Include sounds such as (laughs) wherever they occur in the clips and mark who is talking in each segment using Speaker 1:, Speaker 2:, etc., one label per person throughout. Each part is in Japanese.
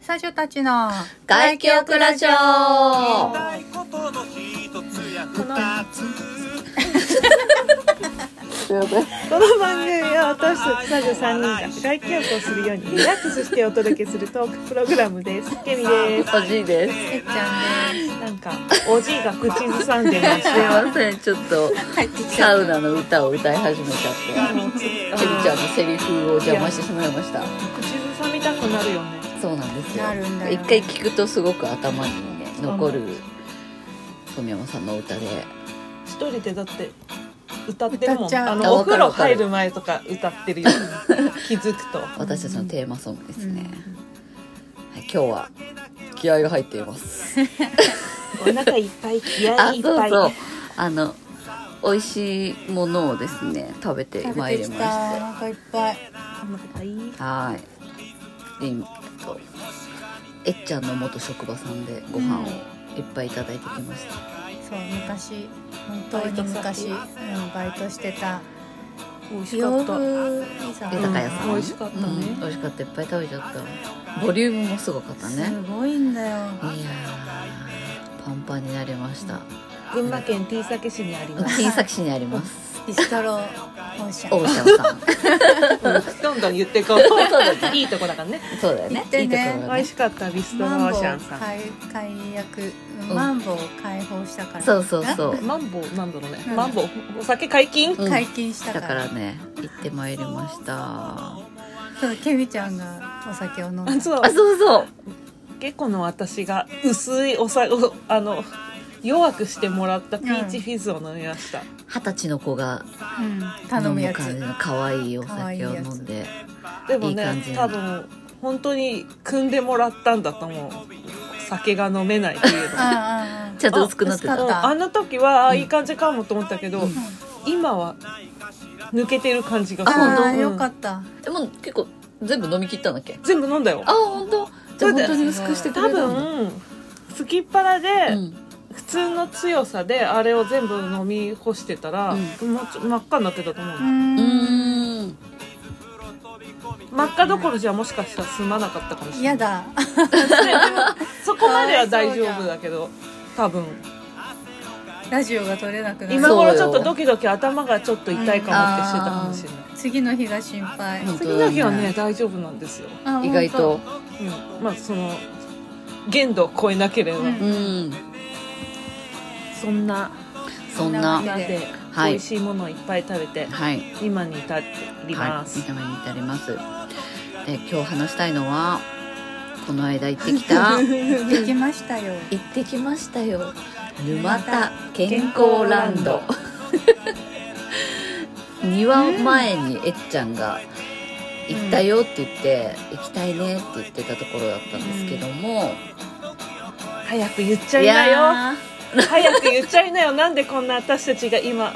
Speaker 1: 最初たちの
Speaker 2: 外記憶ラジオ
Speaker 3: 言いたいことの一つや二つ
Speaker 2: ということで
Speaker 4: この番組は私たち男女三人が外記憶をするようにリラックスしてお届けするトークプログラムです。ケミです。
Speaker 2: おじいです
Speaker 1: えっちゃんで
Speaker 4: なんかおじいが口ずさんでます
Speaker 2: すいませんちょっとサウナの歌を歌い始めちゃって
Speaker 4: 口
Speaker 2: ケリちゃんのセリフを邪魔してしまいました
Speaker 4: ずさみたくなるよね。
Speaker 2: そうなんですよ
Speaker 1: なるんだよ
Speaker 2: 一回聞くとすごく頭にね残る富山さんの歌で
Speaker 4: 一人でだって歌ってる
Speaker 1: 歌
Speaker 4: も
Speaker 1: っ
Speaker 4: ん。
Speaker 1: ちゃう
Speaker 4: あ
Speaker 2: あ
Speaker 4: のお
Speaker 2: わか
Speaker 4: 風
Speaker 2: る
Speaker 4: 呂
Speaker 2: わかる
Speaker 4: 入る前とか歌ってるよ。気づくと。
Speaker 2: 私たちのテーマソングですね、
Speaker 1: うん
Speaker 2: はい、今日は気合が入っています
Speaker 4: お腹いっぱい気
Speaker 2: あ
Speaker 4: 合い
Speaker 2: そ
Speaker 4: いうっぱい。
Speaker 2: そうあの美味しいものをですね食べて
Speaker 1: す
Speaker 2: ま
Speaker 1: 食
Speaker 2: い
Speaker 1: べて
Speaker 2: りま
Speaker 1: き
Speaker 2: した
Speaker 1: お腹いっぱい
Speaker 4: お腹いっぱい
Speaker 2: はいで今えっとえっちゃんの元職場さんでご飯をいっぱいいただいてきました、
Speaker 1: そう昔本当に昔、うん、バイトしてた
Speaker 4: 美味しか
Speaker 1: 洋
Speaker 4: った。
Speaker 1: 風ピザ
Speaker 2: 豊か屋さん、
Speaker 4: うん美味しかったね
Speaker 2: うん美味しかったいっぱい食べちゃったボリュームもすごかったねいや
Speaker 1: すごいんだよ
Speaker 2: ーパンパンになりました
Speaker 4: 群馬県 T 酒市にあり (laughs) ます。
Speaker 2: 金崎市にあります
Speaker 1: ビストロオーシャ
Speaker 2: オ
Speaker 1: ン
Speaker 2: ーシャンさん
Speaker 4: どんどん言ってこう。いいとこだからね。
Speaker 2: そうだよね
Speaker 1: 行ってね
Speaker 2: (laughs) いいところ
Speaker 4: 美
Speaker 2: ね
Speaker 4: 味しかったビストロオ
Speaker 1: マン
Speaker 4: ー
Speaker 1: ボウ
Speaker 4: シャンさん。
Speaker 1: 解解約
Speaker 2: うん
Speaker 1: マンボウを解放したから、
Speaker 2: そうそうそう
Speaker 4: マンボウなんだろうね、
Speaker 1: うん
Speaker 4: マンボウお酒解禁
Speaker 2: うん
Speaker 1: 解禁した
Speaker 2: だ
Speaker 1: か
Speaker 2: かららね行ってまいりました
Speaker 1: そうケミちゃんがお酒を飲んだ
Speaker 4: あそう
Speaker 2: あそうそう
Speaker 4: 結構の私が薄いお酒を (laughs) あの弱くしてもらったピーチフィズを飲みました、
Speaker 2: 二十歳の子が
Speaker 1: うん、頼
Speaker 2: 飲
Speaker 1: む
Speaker 2: む
Speaker 1: やつ
Speaker 2: 感じの可愛いお酒を飲んで
Speaker 4: でも
Speaker 2: いい感
Speaker 4: ね
Speaker 2: じ
Speaker 4: 多分本当に汲んでもらったんだと思う酒が飲めないっていうのは
Speaker 1: ああ
Speaker 2: ちゃんと薄くなって
Speaker 1: あ
Speaker 2: た
Speaker 1: 薄かっ
Speaker 4: あの時はあいい感じかもと思ったけど、
Speaker 2: うん
Speaker 4: 今は抜けてる感じが
Speaker 1: あ
Speaker 4: する
Speaker 1: あー
Speaker 4: うん
Speaker 1: よかった
Speaker 2: でも結構全部飲み切ったんだっけ
Speaker 4: 全部飲んだよ
Speaker 2: あ本当じゃあ
Speaker 4: そうだ
Speaker 2: 本
Speaker 4: よ
Speaker 2: 当に薄くしてく
Speaker 4: 多
Speaker 2: れたんだ
Speaker 4: 分すきっ腹で、
Speaker 2: うん
Speaker 4: 普通の強さであれを全部飲み干してたら、もうちょ真っ赤になってたと思う、
Speaker 1: うーん
Speaker 2: うーん
Speaker 4: 真っ赤どころじゃもしかしたら済まなかったかもしれない
Speaker 1: 嫌だ
Speaker 4: (laughs)
Speaker 1: (laughs)
Speaker 4: そこまでは大丈夫だけど多分
Speaker 1: ラジオが撮れなくなる
Speaker 4: 今頃ちょっとドキドキ頭がちょっと痛いかもってしてたかもしれない、
Speaker 1: 次の日が心配、
Speaker 2: うん
Speaker 4: 次の日はね大丈夫なんですよ、
Speaker 1: あ
Speaker 2: 意外と
Speaker 4: うん、まあその限度を超えなければ、
Speaker 1: うん
Speaker 2: うん
Speaker 4: そんな
Speaker 2: そんな
Speaker 1: そん
Speaker 4: なんで
Speaker 2: はい
Speaker 4: 美味しいものをいっぱい食べて、
Speaker 2: はい
Speaker 4: 今に至っていま
Speaker 2: はい
Speaker 4: す、
Speaker 2: 見た目に至りますで今日話したいのはこの間行ってき (laughs) た行
Speaker 1: 本当できましたよ
Speaker 2: ってきましたよ沼田健康ラン (laughs) ド庭前にえっちゃんが行ったよって言って、行きたいねって言ってたところだったんですけども、
Speaker 4: 早く言っちゃ
Speaker 2: い
Speaker 4: いなよ
Speaker 2: や
Speaker 4: 早く言っちゃいなよなんでこんな私たちが今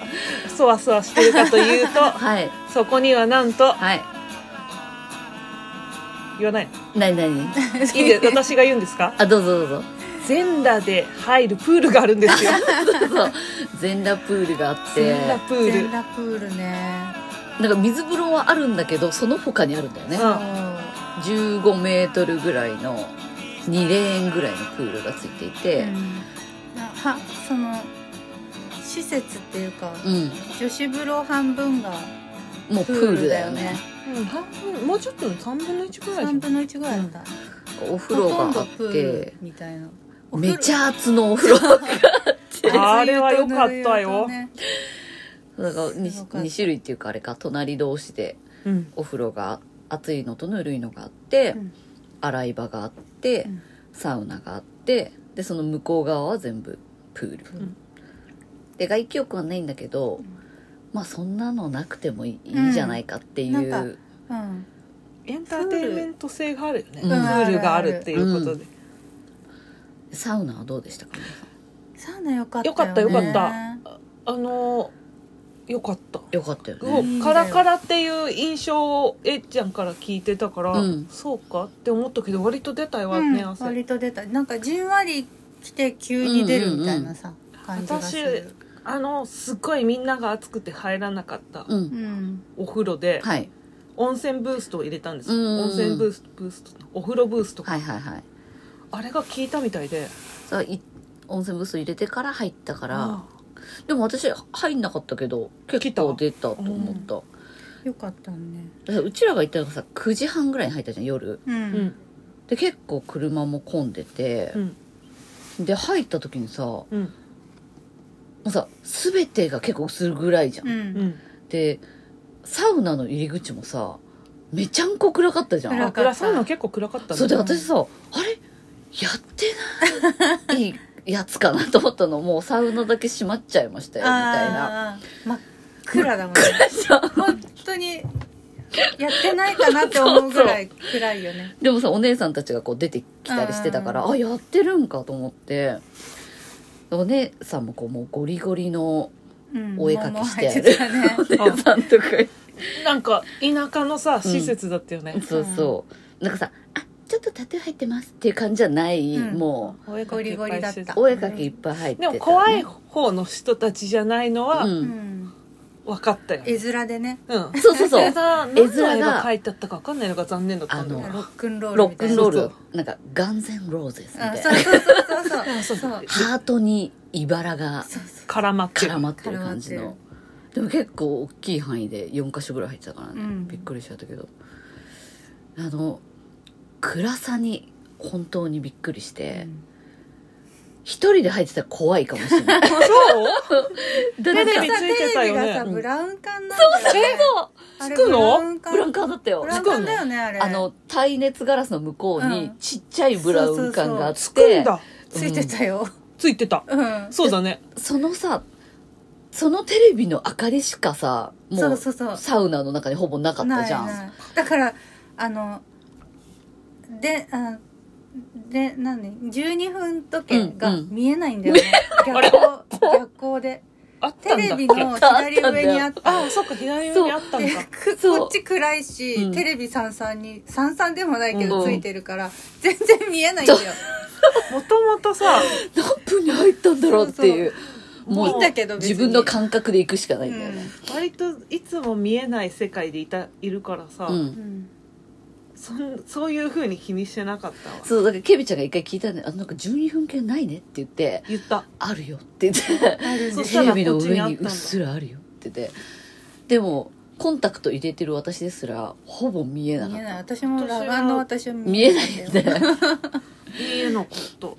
Speaker 4: そわそわしてるかというと
Speaker 2: ーはい
Speaker 4: そこにはなんと
Speaker 2: はい
Speaker 4: 言わない
Speaker 2: 何何 (laughs)
Speaker 4: いい (laughs) で私が言うんですか
Speaker 2: あどうぞどうぞ
Speaker 4: 全裸で入るプールがあるんですよ
Speaker 2: そう全裸プールがあって
Speaker 4: (laughs) 全裸プ
Speaker 1: 全
Speaker 4: ール
Speaker 1: 裸プールね
Speaker 2: なんか水風呂はあるんだけどその他にあるんだよね、
Speaker 4: うん
Speaker 1: そ
Speaker 2: 15メートルぐらいの2レーンぐらいのプールがついていうて
Speaker 1: うん、なはその施設っていうか
Speaker 2: うん、
Speaker 1: 女子風呂半分が
Speaker 2: もう
Speaker 1: プ
Speaker 2: プ
Speaker 1: ー
Speaker 2: ー
Speaker 1: ル
Speaker 2: ル
Speaker 1: だ
Speaker 2: だ
Speaker 1: よ
Speaker 2: よ
Speaker 1: ね
Speaker 2: ね
Speaker 4: うん半分もうちょっと3分の1ぐらいじゃ
Speaker 1: 3
Speaker 4: ん
Speaker 1: 分の1ぐらいだった、
Speaker 2: お風
Speaker 1: ほ
Speaker 2: 呂
Speaker 1: とん
Speaker 2: が
Speaker 1: ど
Speaker 2: あっ
Speaker 1: プー
Speaker 2: て
Speaker 1: ルみたいなお風呂
Speaker 2: めちゃ熱のお風呂 (laughs) だか
Speaker 4: あれは良かったよ
Speaker 1: ね
Speaker 2: ら
Speaker 1: すご
Speaker 2: 2,
Speaker 1: かった
Speaker 2: 種類っていうかあれか隣同士で
Speaker 4: うん
Speaker 2: お風呂が熱いのとぬるいのがあって、
Speaker 1: うん
Speaker 2: 洗い場があって、
Speaker 1: うん
Speaker 2: サウナがあってでその向こう側は全部プール、
Speaker 4: ん
Speaker 2: で外気浴はないんだけど、
Speaker 1: ん
Speaker 2: まあそんなのなくてもいい,、ん、じゃないかっていう、
Speaker 1: うんなんかうん
Speaker 4: エンターテインメント性があるよね
Speaker 2: う
Speaker 4: プ
Speaker 2: ん
Speaker 4: ールがあるっていうことで、
Speaker 2: サウナはどうでしたか皆さん
Speaker 1: サウナ良かった
Speaker 4: よかったよ
Speaker 2: か
Speaker 4: ったあのーよかった
Speaker 2: よかったよ
Speaker 4: も
Speaker 2: ね、
Speaker 4: うカラカラっていう印象をえっちゃんから聞いてたから、
Speaker 2: うん
Speaker 4: そうかって思ったけど割と出たよね、
Speaker 1: うん、
Speaker 4: 汗
Speaker 1: 割と出たなんかじんわり来て急に出るみたいなさ、感じがす
Speaker 4: 私
Speaker 1: る
Speaker 4: あのすっごいみんなが暑くて入らなかった
Speaker 2: うん、
Speaker 1: うん
Speaker 4: お風呂で、
Speaker 2: はい
Speaker 4: 温泉ブーストを入れたんです、
Speaker 2: うんうんうん
Speaker 4: 温泉ブーストブーストお風呂ブーストか、
Speaker 2: はいはいはい
Speaker 4: あれが効いたみたいで
Speaker 2: さあい温泉ブース入れてから入ったから、
Speaker 4: あ
Speaker 2: でも私入んなかったけど結構出たと思った、だ
Speaker 1: よかったね
Speaker 2: からうちらが行ったのがさ9時半ぐらいに入ったじゃん夜
Speaker 1: う
Speaker 4: あ
Speaker 1: ん、
Speaker 4: うん
Speaker 2: で結構車も混んでて
Speaker 4: う、ん
Speaker 2: で入った時にさも
Speaker 4: うん
Speaker 2: うさ全てが結構するぐらいじゃん、
Speaker 1: うん
Speaker 4: うん
Speaker 2: でサウナの入り口もさめちゃんこ暗かったじゃん
Speaker 1: 暗か
Speaker 4: あ
Speaker 1: っ
Speaker 4: 暗そうなの結構暗かったね
Speaker 2: そうで私さ、あれやってないいいやつかなと思ったのもうサウナだけ閉まっちゃいましたよみたいな
Speaker 1: あー真っ暗だもん
Speaker 2: (laughs)
Speaker 1: ね本当にやってないかなって思うぐらい暗いよね
Speaker 2: でもさお姉さんたちがこう出てきたりしてたから
Speaker 1: う
Speaker 2: あやってるんかと思ってお姉さんもこうもうゴリゴリの
Speaker 1: うん
Speaker 2: お絵かきしてあ
Speaker 1: もう入
Speaker 2: る
Speaker 1: ってたね
Speaker 2: お姉さんとか
Speaker 4: なんか田舎のさ施設だったよね、
Speaker 2: そうそうなんかさ「あちょっとタトゥー入ってます」っていう感じじゃない、
Speaker 1: うん
Speaker 2: も
Speaker 4: お絵かきいっぱ
Speaker 1: ゴリ
Speaker 4: いして
Speaker 1: ゴリだった
Speaker 2: うお絵かきいっぱい入って
Speaker 4: で
Speaker 2: た、
Speaker 4: も怖い方の人たちじゃないのは
Speaker 2: (laughs) うん
Speaker 1: うん
Speaker 4: 分かったよ、
Speaker 1: 絵面でね
Speaker 4: うん
Speaker 2: そうそうそう
Speaker 4: 絵面 (laughs) 何の
Speaker 2: 絵
Speaker 4: 絵
Speaker 2: 面が
Speaker 4: が描いてあったか分かんないのが残念だったんだよ
Speaker 1: ロ
Speaker 2: あ
Speaker 4: ね
Speaker 1: ックンロール
Speaker 2: ロッ
Speaker 1: み
Speaker 2: ク
Speaker 1: たい
Speaker 2: ン
Speaker 1: な
Speaker 2: ロール
Speaker 4: そう
Speaker 2: なんか「ガンゼンローゼス」みた
Speaker 1: あ
Speaker 2: い
Speaker 1: そう
Speaker 2: な
Speaker 1: そうそうそうそう
Speaker 4: そうそう
Speaker 2: ハートに茨が
Speaker 4: 絡まってる
Speaker 2: 絡まってる感じ
Speaker 1: 絡ま
Speaker 2: の
Speaker 1: っ
Speaker 2: でも結構大きい範囲で4箇所ぐらい入ってたからね、
Speaker 1: うん
Speaker 2: びっくりしちゃったけどあの暗さに本当にびっくりして、一人で入ってたら怖いかもしれないだ
Speaker 4: そう
Speaker 2: って
Speaker 4: テレビ
Speaker 2: さ
Speaker 1: さ
Speaker 4: (laughs) ついてたよね
Speaker 1: テレビがさ
Speaker 4: うん
Speaker 1: ブラウン管なんだよねあれ
Speaker 4: つくの
Speaker 1: ブラウン管
Speaker 2: ブラウンカーだったよ
Speaker 1: ブラウン管だよねあれ
Speaker 2: あの耐熱ガラスの向こうに
Speaker 1: うん
Speaker 2: ちっちゃいブラウン管があって
Speaker 4: つくんだ
Speaker 1: ついてたよ
Speaker 4: ついてた
Speaker 1: うん
Speaker 4: そうだね
Speaker 2: そのさそのテレビの明かりしかさも
Speaker 1: そう
Speaker 2: う
Speaker 1: そうそう
Speaker 2: サウナの中にほぼなかったじゃん
Speaker 1: ないないだからあのであで何12分時計
Speaker 2: う
Speaker 1: が
Speaker 2: んうん
Speaker 1: 見えないんだよ
Speaker 2: (laughs)
Speaker 1: ね、逆光逆光で
Speaker 4: あった
Speaker 1: テ
Speaker 4: んだ
Speaker 1: レ
Speaker 4: っけ
Speaker 1: ビの左上にあって
Speaker 4: ああそっか左上にあったん
Speaker 1: で
Speaker 4: だ
Speaker 1: く
Speaker 2: そう
Speaker 1: こっち暗いし、
Speaker 2: うん
Speaker 1: テレビ三々に三々でもないけど
Speaker 2: うん
Speaker 1: ついてるから、全然見えないんだよ
Speaker 4: (laughs) もともとさ
Speaker 2: 何分に入ったんだろうっていう
Speaker 1: う
Speaker 2: もう
Speaker 1: いいんだけど別に
Speaker 2: 自分の感覚で行くしかないんだよね、
Speaker 4: 割といつも見えない世界でいたいるからさ、
Speaker 2: うん
Speaker 1: うんうん
Speaker 4: そんそういう風に気にしてなかったわ
Speaker 2: そうだからケビちゃんが一回聞いたんだよあなんか12分系ないねって言って
Speaker 4: 言った
Speaker 2: 「あるよ」って言
Speaker 1: (laughs)
Speaker 2: って
Speaker 1: ある
Speaker 4: そ
Speaker 1: ね
Speaker 4: し
Speaker 2: テ
Speaker 4: たら
Speaker 2: レ
Speaker 4: こっち
Speaker 2: ビ
Speaker 4: にあ
Speaker 2: の
Speaker 4: ったん
Speaker 2: 上にうっ
Speaker 4: だ
Speaker 2: すらあるよって言ってでもコンタクト入れてる私ですらほぼ見えなか
Speaker 1: 見え
Speaker 2: っ
Speaker 1: ない
Speaker 2: た
Speaker 1: 私も裸眼の私は
Speaker 2: 見えないよ (laughs)
Speaker 1: 見え
Speaker 2: ね
Speaker 4: 家のこと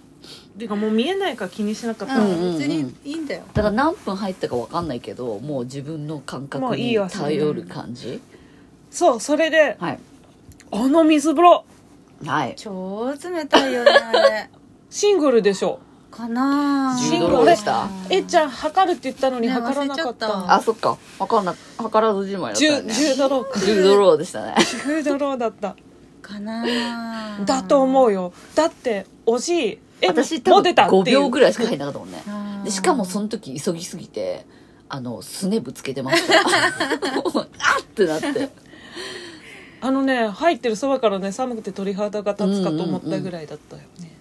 Speaker 4: ていうかもう見えないから気にしなかった
Speaker 1: な
Speaker 4: わ、
Speaker 1: い
Speaker 2: うん
Speaker 1: ようん別にいいんだよ
Speaker 2: だから何分入ったか分かんないけどもう自分の感
Speaker 4: も
Speaker 2: 覚
Speaker 4: うい
Speaker 2: に
Speaker 4: いよ
Speaker 2: 頼る感じ
Speaker 4: そうそれで
Speaker 2: はい
Speaker 4: あの水風呂
Speaker 2: はい
Speaker 1: 超冷たいよねあれ
Speaker 4: シングルでしょ
Speaker 1: かなぁ
Speaker 4: 10ドルで
Speaker 2: した
Speaker 4: えっちゃん測るって言ったのに
Speaker 1: ね
Speaker 4: 測らなかった,、
Speaker 1: 忘れちゃっ
Speaker 2: あそっか分からな計らずじまいだったよ
Speaker 4: 10,
Speaker 2: ね
Speaker 4: 10ドローか
Speaker 2: 10ドローでしたね
Speaker 4: 10ドローだった
Speaker 1: かなぁ
Speaker 4: だと思うよだっておじいえ
Speaker 2: 私
Speaker 4: も
Speaker 2: 多
Speaker 4: う
Speaker 2: 分
Speaker 4: 出たっていう
Speaker 2: 5秒ぐらいしか入んなかったもんね
Speaker 1: あー
Speaker 2: でしかもその時急ぎすぎてあのすねぶつけてました
Speaker 4: (laughs)
Speaker 2: (laughs) もうあっってなって
Speaker 4: あのね入ってるそばからね寒くて鳥肌が立つかと思ったぐらいだったよね、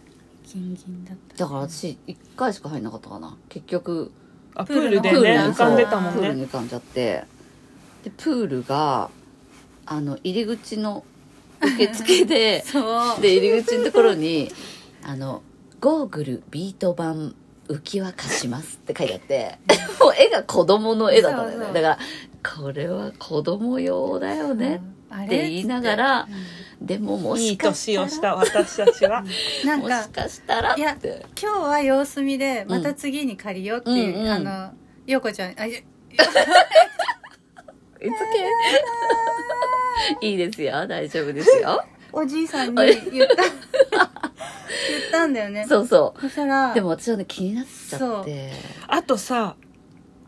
Speaker 1: ギンギンだった
Speaker 2: だから私1回しか入んなかったかな結局
Speaker 4: あプ
Speaker 1: プー
Speaker 4: ー
Speaker 1: ル
Speaker 4: ル
Speaker 1: の
Speaker 4: で
Speaker 2: プール
Speaker 4: ね
Speaker 2: に
Speaker 4: 浮かんでたも
Speaker 2: そう
Speaker 4: ん
Speaker 2: プール
Speaker 4: ね
Speaker 2: に浮かんじゃってでプールがあの入り口の受付
Speaker 1: (laughs)
Speaker 2: で
Speaker 1: そう
Speaker 2: で入り口のところに「あのゴーグルビート版浮き輪貸します」って書いてあってもう絵が子供の絵だったんだよ
Speaker 1: そう
Speaker 2: ね
Speaker 1: そう
Speaker 2: だからこれは子供用だよね
Speaker 1: あれ
Speaker 2: って言いながらでもも
Speaker 4: い
Speaker 2: し
Speaker 4: い
Speaker 2: か
Speaker 4: 年
Speaker 2: した
Speaker 4: を
Speaker 2: ら
Speaker 4: した私たちは
Speaker 1: なん
Speaker 2: もし
Speaker 1: か
Speaker 2: かしたらっ
Speaker 1: いや
Speaker 2: て
Speaker 1: 今日は様子見でまた次に借りようっていう、
Speaker 2: うんうんうん
Speaker 1: あの陽子ちゃんあいや
Speaker 2: 「いつ (laughs) け」いいですよ大丈夫ですよ
Speaker 1: おじいさんに言った (laughs) 言ったんだよね
Speaker 2: そうそ
Speaker 1: そしたら
Speaker 2: うでも私はね気になっちゃって
Speaker 4: あとさ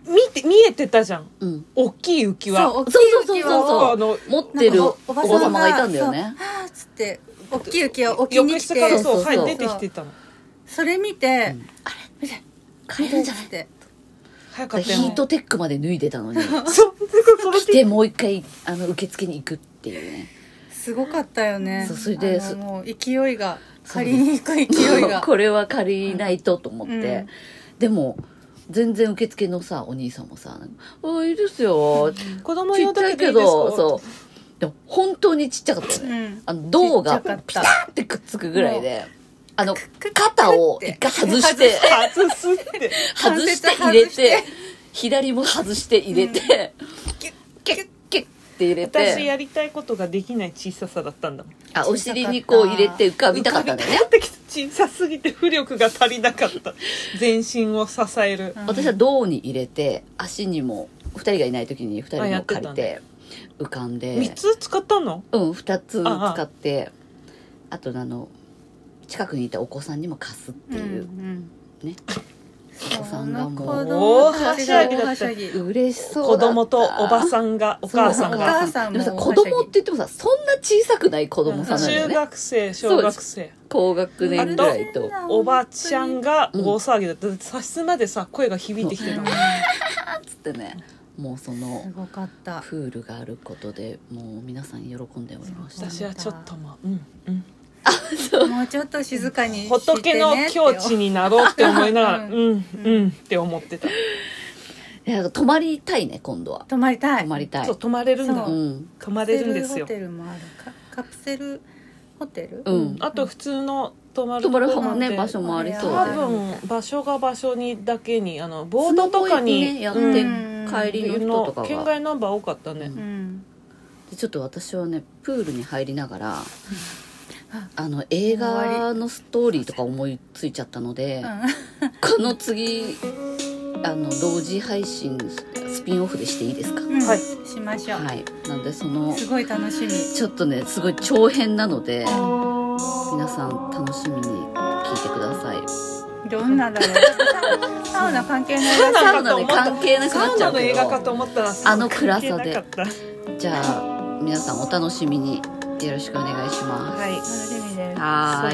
Speaker 4: 見て見えてたじゃん
Speaker 2: うん
Speaker 4: 大きい浮き
Speaker 1: そう
Speaker 4: 輪
Speaker 1: 大きい浮き
Speaker 2: そうそう
Speaker 1: 輪
Speaker 4: あ
Speaker 1: を
Speaker 4: の
Speaker 2: 持ってる
Speaker 1: なん
Speaker 2: お
Speaker 1: かおおばさんが
Speaker 2: 子様がいたんだよね
Speaker 1: あーっつって大きい浮き輪を置きに
Speaker 4: 浴
Speaker 1: 来
Speaker 4: 室から
Speaker 1: て
Speaker 4: そう
Speaker 2: そうそうそう
Speaker 4: はい出てきてたの
Speaker 1: それ見て、
Speaker 2: うん
Speaker 1: 見て
Speaker 2: 買えるんじゃない
Speaker 1: って
Speaker 4: 早か
Speaker 2: だ
Speaker 4: っ
Speaker 2: から
Speaker 4: たよ
Speaker 2: ヒ
Speaker 4: ね
Speaker 2: ートテックまで脱いでたのに
Speaker 4: そうそれ
Speaker 2: 来てもう一回あの受付に行くっていうね
Speaker 1: すごかったよね
Speaker 2: そうそれで
Speaker 1: あの
Speaker 2: そ
Speaker 1: もう勢いが
Speaker 2: そう
Speaker 1: 借りに行く勢いが
Speaker 2: (laughs) これは借りないとと思って、
Speaker 1: うん
Speaker 2: でも全然受付のさお兄さんもさ「なんかあいいですよ」
Speaker 4: 子供
Speaker 2: ち
Speaker 4: 用
Speaker 2: っちゃ
Speaker 4: だ
Speaker 2: い
Speaker 4: けで
Speaker 2: け
Speaker 4: いいですか
Speaker 2: どそうでも本当にちっちゃかったよね、
Speaker 1: うん
Speaker 2: あの銅
Speaker 4: ち
Speaker 2: が
Speaker 4: っちゃかった
Speaker 2: ピターってくっつくぐらいであの
Speaker 1: く
Speaker 2: 肩を一回外して
Speaker 4: 外 (laughs) す
Speaker 2: (laughs)
Speaker 4: って
Speaker 2: 外
Speaker 1: 外
Speaker 2: し
Speaker 1: して
Speaker 2: て入れ
Speaker 1: 外して
Speaker 2: 左も外して入れて、
Speaker 1: キュッ
Speaker 2: キュッキュッって入れ
Speaker 4: 私
Speaker 2: て
Speaker 4: やりたいことができない小ささだったんだもん
Speaker 2: あお尻にこう入れて浮かびたかったんだよね
Speaker 4: 浮かびたかったけど小さすぎて浮力が足りなかった全身を支える、
Speaker 1: うん
Speaker 2: 私は胴に入れて足にも2人がいない時に2人
Speaker 4: あや
Speaker 2: も
Speaker 4: って
Speaker 2: 借
Speaker 4: た
Speaker 2: り
Speaker 4: んだ
Speaker 2: て浮かんで
Speaker 4: 三3つ使ったの
Speaker 2: うん2つ使ってあとあの近くにいたお子さんにも貸すっていう、ねお子さんがもう
Speaker 1: その子供たちが
Speaker 4: 大はしゃぎだった
Speaker 1: 大はしゃぎ
Speaker 2: 嬉しそう
Speaker 4: 子
Speaker 2: だった
Speaker 4: 供とおばさんがお母さん
Speaker 1: そうお母
Speaker 4: が
Speaker 1: さん
Speaker 2: でもさ
Speaker 1: も
Speaker 2: 子供って言ってもさそんな小さくない子供さんなんだよ
Speaker 4: 中
Speaker 2: ね
Speaker 4: 学生小学生
Speaker 2: 高学年ぐらいと
Speaker 4: おばちゃんが
Speaker 2: うん
Speaker 4: 大騒ぎだっただって差しすまでさ声が響いてきてたの
Speaker 2: つってねもう
Speaker 1: す
Speaker 2: その
Speaker 1: ごかった
Speaker 2: プールがあることでもう皆さん喜んでおりました
Speaker 4: 私はちょっともううんうん
Speaker 1: もうちょっと静かにして
Speaker 4: 仏
Speaker 1: ね
Speaker 4: の
Speaker 1: って
Speaker 4: 境地になろうって思いながら
Speaker 1: う
Speaker 4: うんんうんって思ってた
Speaker 2: いや泊まりたいね今度は
Speaker 1: 泊まりたい
Speaker 2: 泊まりたい
Speaker 4: そう泊まれるんだ
Speaker 1: そう
Speaker 2: うん
Speaker 4: 泊まれるんですよ
Speaker 1: カプセルホテルもあるかカプセルホテル
Speaker 2: うん
Speaker 4: あと普通の泊まる
Speaker 2: 泊まる
Speaker 4: とこなん
Speaker 2: ね
Speaker 4: て
Speaker 2: 場所もありそう
Speaker 4: 多
Speaker 2: で
Speaker 4: 分場所が場所にだけにあのボードとかに、
Speaker 2: スノボ
Speaker 4: う
Speaker 2: 行っ
Speaker 4: ん
Speaker 2: て
Speaker 4: っ
Speaker 2: ねやって帰
Speaker 4: て
Speaker 2: りの
Speaker 4: いう
Speaker 2: 人と
Speaker 4: の
Speaker 2: か
Speaker 4: 県
Speaker 2: が
Speaker 4: 外ナンバー多かったね、
Speaker 2: うん
Speaker 1: うん
Speaker 2: でちょっと私はねプールに入りながらあの映画のストーリーとか思いついちゃったので、この次あの同時配信スピンオフでしていいですか、
Speaker 1: うん
Speaker 4: はい
Speaker 1: しましょう
Speaker 2: はいなんでその
Speaker 1: すごい楽しみ
Speaker 2: ちょっとねすごい長編なので皆さん楽しみに聞いてください
Speaker 1: どんなだろうサウナ関係ないらしい
Speaker 2: サウナで関係なく
Speaker 4: サ
Speaker 2: なっ
Speaker 4: ウ
Speaker 2: ちゃ
Speaker 4: ナ
Speaker 2: う
Speaker 4: の
Speaker 2: け
Speaker 4: 映画か
Speaker 2: ど
Speaker 4: と思ったら
Speaker 2: あの暗さで
Speaker 4: 関係なかっ
Speaker 2: じゃあ皆さんお楽しみによろしくお願いしま
Speaker 4: た
Speaker 2: す
Speaker 4: はい
Speaker 1: 楽しみです
Speaker 2: はーい